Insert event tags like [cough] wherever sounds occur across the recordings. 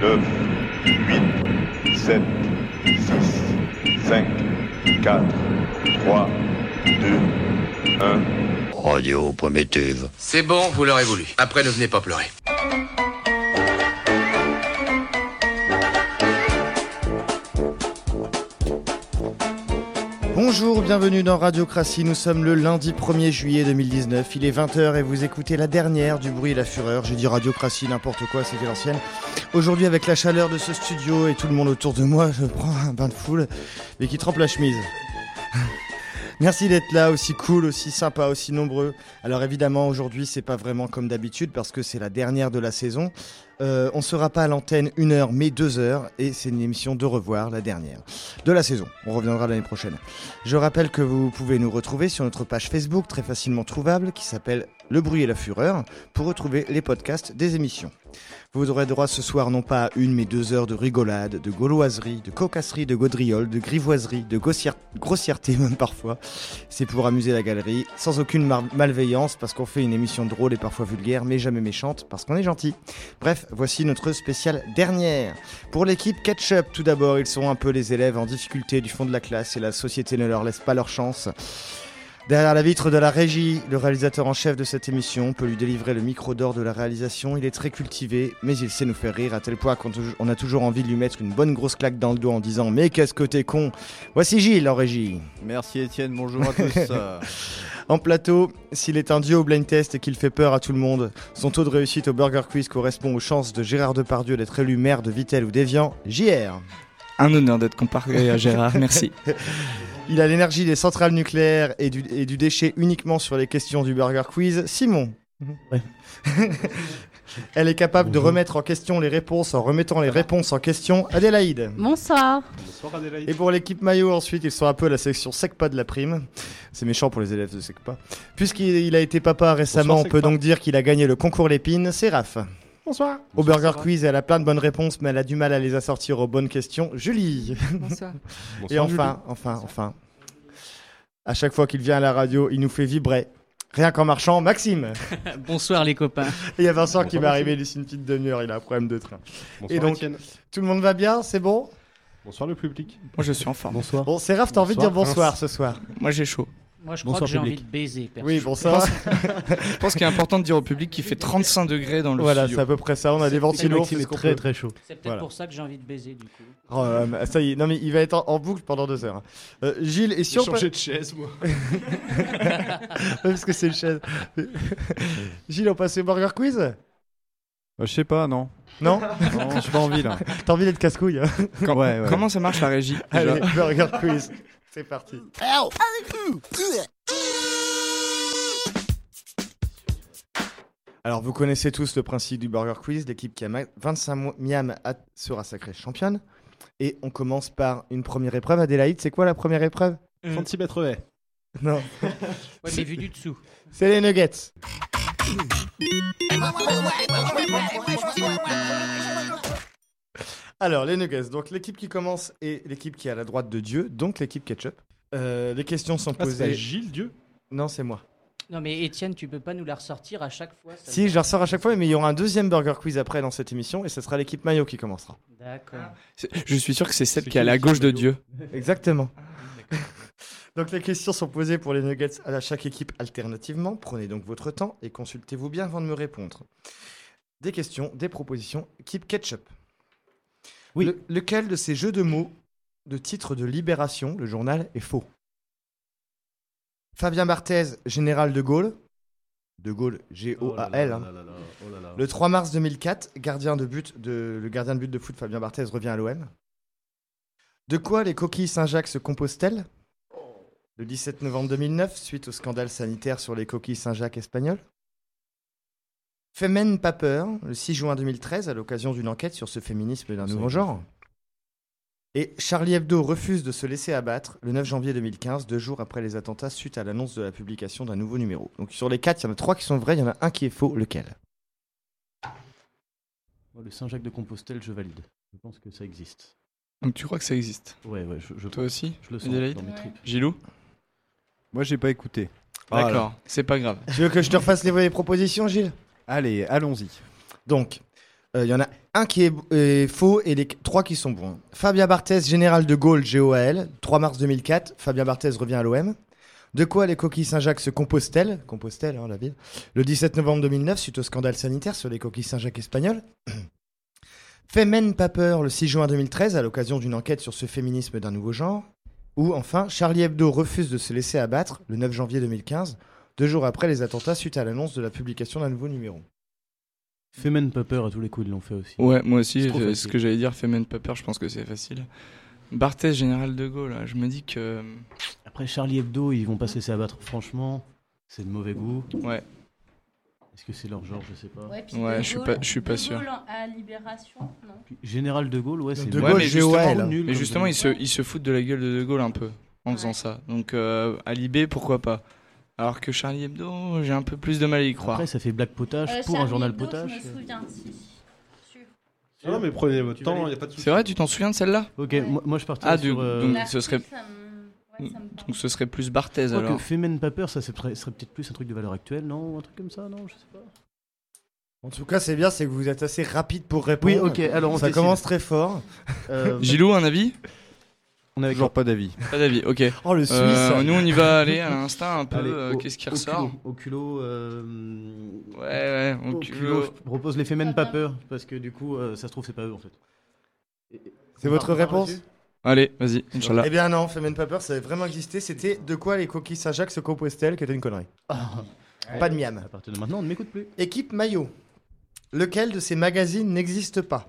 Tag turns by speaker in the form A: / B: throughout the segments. A: 9, 8, 7, 6, 5, 4, 3, 2, 1.
B: Radio Primitive.
C: C'est bon, vous l'aurez voulu. Après, ne venez pas pleurer.
D: Bonjour, bienvenue dans Radiocratie. Nous sommes le lundi 1er juillet 2019. Il est 20h et vous écoutez la dernière du bruit et la fureur. J'ai dit Radiocratie, n'importe quoi, c'était l'ancienne. Aujourd'hui, avec la chaleur de ce studio et tout le monde autour de moi, je prends un bain de foule, mais qui trempe la chemise. [laughs] Merci d'être là, aussi cool, aussi sympa, aussi nombreux. Alors évidemment, aujourd'hui, c'est pas vraiment comme d'habitude parce que c'est la dernière de la saison. Euh, on sera pas à l'antenne une heure, mais deux heures, et c'est une émission de revoir, la dernière de la saison. On reviendra l'année prochaine. Je rappelle que vous pouvez nous retrouver sur notre page Facebook, très facilement trouvable, qui s'appelle Le bruit et la fureur, pour retrouver les podcasts des émissions. Vous aurez droit ce soir non pas à une mais deux heures de rigolade, de gauloiserie, de cocasserie, de gaudriole, de grivoiserie, de grossière- grossièreté même parfois. C'est pour amuser la galerie, sans aucune mar- malveillance parce qu'on fait une émission drôle et parfois vulgaire mais jamais méchante parce qu'on est gentil. Bref, voici notre spéciale dernière. Pour l'équipe Ketchup tout d'abord, ils sont un peu les élèves en difficulté du fond de la classe et la société ne leur laisse pas leur chance. Derrière la vitre de la régie, le réalisateur en chef de cette émission peut lui délivrer le micro d'or de la réalisation. Il est très cultivé, mais il sait nous faire rire à tel point qu'on tou- on a toujours envie de lui mettre une bonne grosse claque dans le dos en disant Mais qu'est-ce que t'es con Voici Gilles en régie.
E: Merci Étienne, bonjour
F: [laughs]
E: à tous. Euh,
D: En plateau, s'il est un dieu au blind test et qu'il fait peur à tout le monde, son taux de réussite au Burger Quiz correspond aux chances de Gérard Depardieu d'être élu maire de Vitel ou d'Evian. JR.
G: Un honneur d'être comparé à [laughs] Gérard, merci.
D: Il a l'énergie des centrales nucléaires et du, et du déchet uniquement sur les questions du Burger Quiz. Simon. [laughs] Elle est capable de remettre en question les réponses en remettant les réponses en question. Adélaïde.
H: Bonsoir.
D: Et pour l'équipe maillot, ensuite, ils sont un peu à la section SECPA de la prime. C'est méchant pour les élèves de SECPA. Puisqu'il il a été papa récemment,
E: Bonsoir,
D: on peut
E: SECPA.
D: donc dire qu'il a gagné le concours Lépine. C'est Raph.
E: Bonsoir.
D: Au Burger Quiz, elle a plein de bonnes réponses, mais elle a du mal à les assortir aux bonnes questions. Julie.
H: Bonsoir.
D: Et enfin, enfin, enfin. À chaque fois qu'il vient à la radio, il nous fait vibrer. Rien qu'en marchant, Maxime.
I: Bonsoir les copains.
D: Et Il y a Vincent qui
E: Bonsoir,
D: va
E: Maxime.
D: arriver d'ici une petite demi-heure, il a un problème de train.
E: Bonsoir
D: Et donc-
E: Étienne.
D: Tout le monde va bien, c'est bon
E: Bonsoir le public.
G: Moi je suis en forme.
J: Bonsoir.
D: Bon, Seraph, t'as envie de dire
E: Bonsoir,
D: bonsoir ce soir
G: Moi j'ai chaud.
I: Moi je
J: Bonsoir,
I: crois que j'ai
J: public.
I: envie de baiser. perso.
D: Oui, bonsoir.
G: Je pense qu'il est important de dire au public qu'il fait 35 degrés dans le
D: Voilà, c'est
G: studio.
D: à peu près ça, on a des ventilos. on fait
J: Maxime
D: ce
J: est
D: qu'on
J: très
D: peut.
J: très chaud.
I: C'est peut-être
D: Voilà.
I: pour ça que j'ai envie de baiser du coup.
D: Oh, euh, ça y est, non mais il va être en, en boucle pendant deux heures. Euh, Gilles, et si
E: J'ai
D: on peut-
E: changé de chaise
D: [laughs]
E: moi.
D: Parce que c'est
E: [laughs]
D: une chaise. Gilles, on passe au Burger Quiz
E: je sais pas, non.
D: Non
E: Non, j'ai pas envie là.
D: T'as envie d'être casse-couille hein
G: Quand-
E: Ouais, ouais.
G: Comment ça marche la régie déjà
D: Allez, Burger Quiz, c'est parti. Alors, vous connaissez tous le principe du Burger Quiz. L'équipe qui a ma- 25 mois- miam a- sera sacrée championne. Et on commence par une première épreuve. Adélaïde, c'est quoi la première épreuve
E: 36 mètres haies.
D: Non,
I: Ouais, mais vu du dessous.
D: c'est les nuggets. Alors, les nuggets. Donc, l'équipe qui commence est l'équipe qui est à la droite de Dieu, donc l'équipe ketchup. Euh, les questions sont
E: Ah, c'est
D: posées.
E: Gilles Dieu.
D: non, c'est moi.
I: Non mais Étienne, tu peux pas nous la ressortir à chaque fois. ça
D: Si,
I: me-
D: je la ressors à chaque fois, mais il y aura un deuxième Burger Quiz après dans cette émission et ce sera l'équipe maillot qui commencera.
I: D'accord.
G: C'est- Je suis sûr que c'est celle
E: C'est
G: qui est à la
E: qui,
G: gauche de
E: Mario
G: Dieu.
D: Exactement. [laughs] Donc les questions sont posées pour les Nuggets à chaque équipe alternativement. Prenez donc votre temps et consultez-vous bien avant de me répondre. Des questions, des propositions. Équipe Ketchup.
J: Oui.
D: Le- lequel de ces jeux de mots de titre de Libération, le journal, est faux Fabien Barthez, général de Gaulle. De Gaulle, G-O-A-L. hein. Le 3 mars 2004, gardien de but de, le gardien de but de foot Fabien Barthez revient à l'OM. De quoi les coquilles Saint-Jacques se composent-elles Le 17 novembre 2009, suite au scandale sanitaire sur les coquilles Saint-Jacques espagnoles. Femen pas peur, le 6 juin 2013, à l'occasion d'une enquête sur ce féminisme d'un nouveau genre. Et Charlie Hebdo refuse de se laisser abattre le 9 janvier 2015, deux jours après les attentats, suite à l'annonce de la publication d'un nouveau numéro. Donc sur les quatre, il y en a trois qui sont vrais, il y en a un qui est faux, lequel
J: Moi, le Saint-Jacques de Compostelle, je valide. Je pense que ça existe.
G: Donc tu crois que ça existe
J: Eh Ouais, ouais, je, je,
G: Toi aussi
J: je le sens
G: Adélaïde
J: dans mes tripes.
G: Gilou
E: Moi j'ai pas écouté.
H: Ah,
G: D'accord, c'est pas grave.
D: Tu veux que je te refasse les, les propositions, Gilles
E: Allez, allons-y.
D: Donc, Euh, Il y en a un qui est, est faux et les qu- trois qui sont bons. Fabien Barthez, général de Gaulle, GOAL, 3 mars 2004. Fabien Barthez revient à l'OM. De quoi les coquilles Saint-Jacques se compostent-elles Compostelle, hein, la ville. Le 17 novembre 2009, suite au scandale sanitaire sur les coquilles Saint-Jacques espagnoles. [clears throat] Femen Paper, le 6 juin 2013, à l'occasion d'une enquête sur ce féminisme d'un nouveau genre. Ou enfin, Charlie Hebdo refuse de se laisser abattre, le 9 janvier 2015, deux jours après les attentats suite à l'annonce de la publication d'un nouveau numéro.
J: Femen Pepper à tous les coups, ils l'ont fait aussi.
H: Ouais, moi
J: C'est
H: aussi,
J: trop
H: je-
J: facile.
H: ce que j'allais dire, Femen Paper, je pense que c'est facile. Barthès, général de Gaulle, là, je me dis que.
J: Après Charlie Hebdo, ils vont pas se laisser abattre. Franchement, c'est de mauvais goût.
H: Ouais,
J: Est-ce que c'est leur genre Je sais pas.
H: Ouais, je suis pas- je suis pas sûr.
K: à Libération, non.
J: Puis, Général de Gaulle, ouais, c'est
D: De
J: nul.
H: Gaulle, Ouais, mais justement,
D: GOAL.
J: nul
H: mais
J: comme
H: justement,
J: nom.
H: ils se, ils se foutent de la gueule de De Gaulle un peu en faisant ça. Donc, euh, à l'IB, pourquoi pas Alors que Charlie Hebdo, j'ai un peu plus de mal à y croire.
J: Après, ça fait blague potage
K: Euh,
J: pour un
K: Charlie
J: journal
K: Hebdo,
J: potage.
K: Je me souviens, si. Sûr.
F: Non, non, mais prenez votre
J: Tu vas
F: temps, il
J: aller-
F: a pas de souci.
H: C'est vrai, tu t'en souviens de celle-là
J: Ok,
K: Ouais.
J: moi, moi, je partirais
H: Ah, du-
J: sur. euh,
H: donc-
J: je
H: ce serait-
K: L'article, ça me- ouais, ça me parle.
H: Donc, ce serait plus Barthez
J: crois que
H: alors.
J: Femen Paper, ça c'est- serait, peut-être plus un truc de valeur actuelle, non Un truc comme ça, non Je sais pas.
D: En tout cas, c'est bien, c'est que vous êtes assez rapide pour répondre.
J: Oui, ok, alors on
D: Ça
J: décide.
D: commence très fort.
J: Euh,
H: Gilou, un avis
J: on avait
E: Toujours pas d'avis.
H: Pas d'avis, ok.
D: Oh, le Suisse
H: Euh, nous, on y va aller à l'instinct un peu.
J: Allez,
H: euh,
J: au-
H: Qu'est-ce qui
J: au
H: ressort
J: culot, Au culot. euh,
H: Ouais, ouais, on
J: au culot, je propose les Femen Paper, parce que du coup, euh, ça se trouve, c'est pas eux en fait.
D: C'est votre réponse
H: Allez, vas-y, Inch'Allah.
D: Eh bien non, Femen Paper, ça avait vraiment existé. C'était de quoi les coquilles Saint-Jacques se compostent-elles, qui était une
J: [laughs]
D: connerie.
J: Ah,
D: Pas de miam.
J: à partir de maintenant, on ne m'écoute plus.
D: Équipe Maillot. Lequel de ces magazines n'existe pas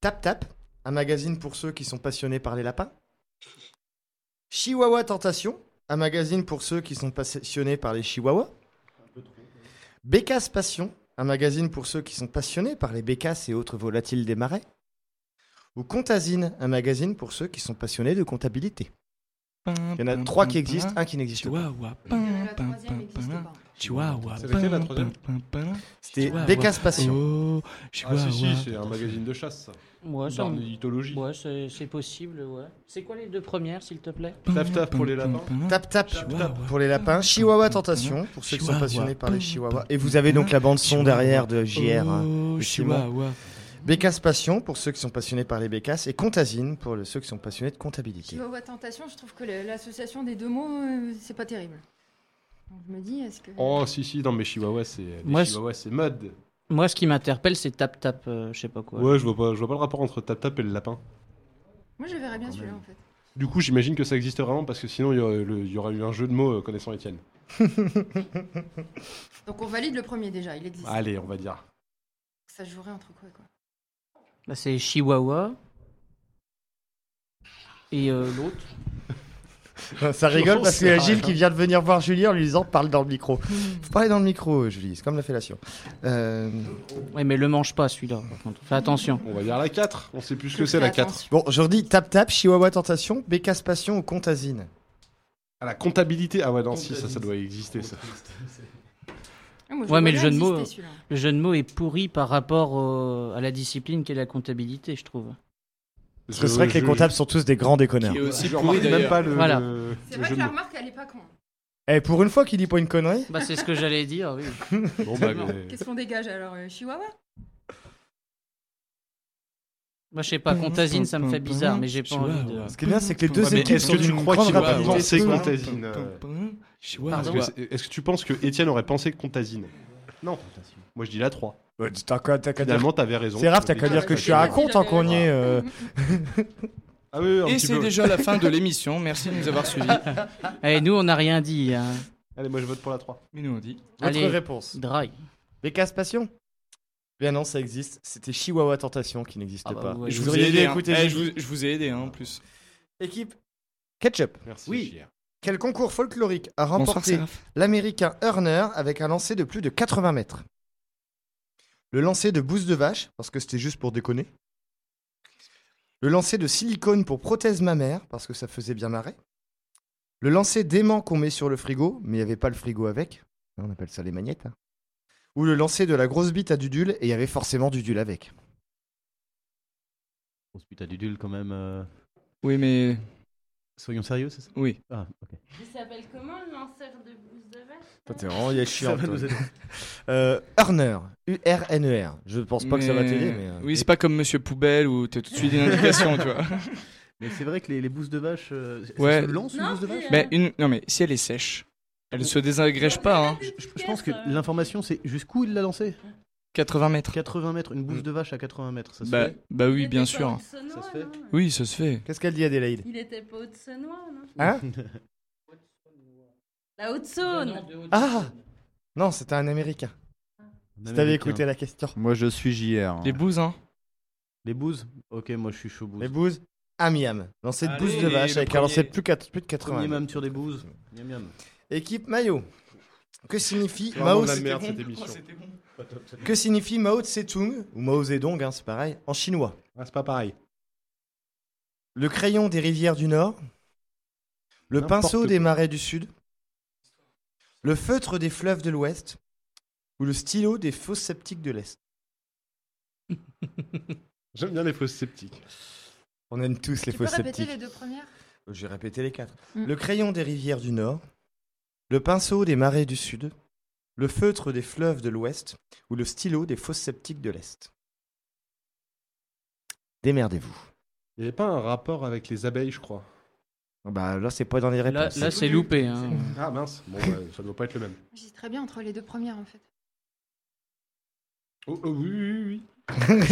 D: Tap Tap, un magazine pour ceux qui sont passionnés par les lapins. Chihuahua Tentation, un magazine pour ceux qui sont passionnés par les chihuahuas. Bécasse Passion, un magazine pour ceux qui sont passionnés par les bécasses et autres volatiles des marais. Ou Comptazine, un magazine pour ceux qui sont passionnés de comptabilité. Il y en a trois qui existent, un qui n'existe pas.
H: Chihuahua.
K: Le- La troisième n'existe pas.
H: Chihuahua.
F: C'est laquelle, la troisième
D: C'était
H: Chihuahua.
D: Bécasse Passion.
H: Oh,
F: Ah, si, si,
H: Chihuahua.
F: c'est un magazine de chasse, ça.
I: Ouais, ça
F: D'ornithologie.
I: me- ouais, c'est c'est possible, ouais. C'est quoi les deux premières, s'il te plaît
F: Taf taf pour les lapins.
D: Tap tap
H: Chihuahua.
D: pour les lapins, Chihuahua Tentation pour ceux qui sont
H: Chihuahua.
D: passionnés par les Chihuahuas. Et vous avez donc la bande son
H: Chihuahua.
D: derrière de JR. hein.
H: Oh,
D: Effectivement.
H: Chihuahua.
D: Bécasse Passion pour ceux qui sont passionnés par les bécasses et Contazine pour le- ceux qui sont passionnés de comptabilité.
K: Chihuahua Tentation, je trouve que le- l'association des deux mots, euh, c'est pas terrible. Donc, je me dis, est-ce que.
F: Oh, si, si, non, mais Chihuahua, c'est.
I: Moi,
F: les Chihuahua, c'est mode.
I: Moi, ce qui m'interpelle, c'est Tap Tap, euh, je sais pas quoi.
F: Ouais, je vois pas, je vois pas le rapport entre tap tap et le lapin.
K: Moi, je verrais bien celui-là, en fait.
F: Du coup, j'imagine que ça existe vraiment parce que sinon, il y aurait, le- il y aurait eu un jeu de mots euh, connaissant Étienne.
K: Donc, on valide le premier déjà, il existe.
F: Allez, on va dire.
K: Ça se jouerait entre quoi, et quoi.
I: Là, Bah, c'est Chihuahua. Et euh, l'autre
D: Ça rigole
F: Non,
D: parce
F: c'est
D: qu'il y a
F: vrai,
D: Gilles
F: hein.
D: qui vient de venir voir Julie en lui disant parle dans le micro. Faut parler dans le micro, Julie, c'est comme la fellation. Euh,
I: Ouais, mais le mange pas, celui-là. par contre. Fais attention.
F: On va dire la 4. On sait plus ce que
K: Je
F: c'est
K: fais
F: la 4.
K: attention.
D: Bon, je redis Tap Tap, Chihuahua Tentation, Bécasse Passion ou Contazine.
F: Ah, la comptabilité. Ah ouais, non, si, ça, ça doit exister, ça.
K: Ah, moi,
I: Ouais,
K: vois
I: mais le
K: bien
I: jeu de mots,
K: exister,
F: euh,
K: celui-là.
I: Le jeu de mots est pourri par rapport au- à la discipline qu'est la comptabilité, je trouve.
D: Parce que c'est vrai que les comptables sont tous des grands déconneurs.
H: Qui est aussi
F: Je
H: pourri
F: remarque même
H: d'ailleurs.
F: pas le.
I: Voilà.
F: le
K: C'est
F: jeu
K: vrai que
F: de
K: la
F: mots.
K: remarque, elle est pas con.
D: Et Eh, pour une fois qu'il dit pas une connerie,
I: Bah, c'est ce que j'allais dire, oui.
F: Bon, bah, mais-
K: Qu'est-ce qu'on dégage alors euh, Chihuahua
I: Moi, je sais pas, Contazine, ça me fait bizarre, mais j'ai pas envie de.
H: Chihuahua.
D: ce qui est bien, c'est que les deux
H: Ouais, mais
D: équipes
H: est-ce
D: sont
H: que tu
D: d'une
F: crois
D: grande
F: qu'il va
D: rapidité.
F: avancer
D: Tout le monde-
F: Contazine, euh, Est-ce
I: Pardon.
F: que, c'est- est-ce que tu penses que Étienne aurait pensé Contazine Non. Moi, je dis la 3.
D: Ouais, t'as qu'à- t'as qu'à dire
F: Finalement, t'avais raison.
D: C'est rare, t'as qu'à
K: Ah,
D: dire
K: ouais,
D: que
K: ça,
D: je suis
K: c'est
D: à
K: vrai,
D: raconte
K: il
D: tant
K: avait
D: qu'on y est. euh,
F: Ah oui, un
H: Et
F: petit
H: c'est
F: peu.
H: déjà la fin de l'émission. Merci de nous avoir suivis.
I: Eh, nous, on n'a rien dit. Hein.
F: Allez, moi, je vote pour la 3.
H: Mais nous on dit.
D: Votre
I: Allez.
D: réponse.
I: Dry.
D: Bécasse Passion Bien non, ça existe. C'était Chihuahua Tentation qui n'existait
I: Ah bah,
D: pas.
I: vous voyez.
H: Je
I: Je
H: vous
D: auriez
H: ai
D: dû
H: aidé. hein.
D: écouter
H: Eh, Je
D: Julie.
H: vous- je vous ai aidé hein, en plus.
D: Équipe Ketchup.
F: Merci.
D: Oui.
F: JR.
D: Quel concours folklorique a
H: Bonsoir,
D: remporté
H: Seraph.
D: l'américain Hurner avec un lancer de plus de 80 mètres Le lancer de bouse de vache, parce que c'était juste pour déconner. Le lancer de silicone pour prothèse mammaire, parce que ça faisait bien marrer. Le lancer d'aimant qu'on met sur le frigo, mais il n'y avait pas le frigo avec. On appelle ça les magnettes. hein. Ou le lancer de la grosse bite à Dudule, et il y avait forcément Dudule avec.
J: On se bute à Dudule quand même. euh,
H: Oui, mais.
J: Soyons sérieux, c'est ça
H: Oui.
J: Ah, ok.
K: Il s'appelle comment le lanceur de bouse de vache
D: Putain, T'es vraiment il est chiant.
J: Ça va
D: toi.
J: nous aider.
D: Euh, Urner, U-R-N-E-r. E Je pense pas que ça va
H: Mais-
D: t'aider, mais. euh,
H: Oui, c'est pas comme Monsieur Poubelle où t'as tout de suite une indication, tu
D: [laughs]
H: vois.
J: Mais c'est vrai que les, les bousses de vache. euh, c'est-
H: Ouais.
J: Ça se lance une
K: Non,
J: bouse de
K: c'est- euh,
J: vache
H: Mais une... Non, mais si elle est sèche, elle se désagrège pas, hein.
J: je, je pense que
K: euh.
J: l'information, c'est jusqu'où il l'a lancée
K: Mm.
H: 80 mètres.
J: 80 mètres, une
F: Mm.
J: bouse de vache à 80 mètres, ça se
H: Bah,
J: fait
H: bah oui, bien sûr.
J: Ça se fait
H: Oui, ça se fait.
D: Qu'est-ce qu'elle dit, Adélaïde
K: Il était pas Haute-Saunois, non
D: Hein
K: La Haute-Saône
D: Ah Non, c'était un américain. Si t'avais écouté la question.
E: Moi, je suis JR.
H: Les bouses, hein.
J: Les bouses Ok, moi je suis chaud bouse.
D: Les bouses à Miam, dans cette
J: Allez,
D: bouse de vache
H: le
D: avec un lancé de
H: premier.
D: plus, quatre- plus de
J: Premier
D: 80.
J: même sur des bouses. Miam miam.
D: Équipe Mayo. Que signifie
F: C'est vraiment
D: Mao
F: de la
D: Tse-
F: merde cette émission.
D: Que signifie Mao Tse-tung ou Mao Zedong, hein, c'est pareil, en chinois
F: Ah, c'est pas pareil.
D: Le crayon des rivières du Nord, le
F: N'importe
D: pinceau
F: quoi.
D: des marais du Sud, le feutre des fleuves de l'Ouest ou le stylo des fosses sceptiques de l'Est.
F: [laughs] J'aime bien les fausses sceptiques.
D: On aime tous les
K: Tu peux
D: fosses
K: répéter
D: sceptiques.
K: les deux premières
D: J'ai répété les quatre.
K: Mm.
D: Le crayon des rivières du Nord, le pinceau des marais du Sud, le feutre des fleuves de l'Ouest ou le stylo des fosses sceptiques de l'Est. Démerdez-vous.
F: Il n'y avait pas un rapport avec les abeilles, je crois.
D: Bah là, c'est pas dans les
I: Là,
D: réponses.
I: là, c'est loupé. hein.
F: Ah mince, bon, ouais, ça doit pas être le même.
K: J'hésite très bien entre les deux premières, en fait.
D: [laughs]
F: Oh, oh, oui, oui, oui.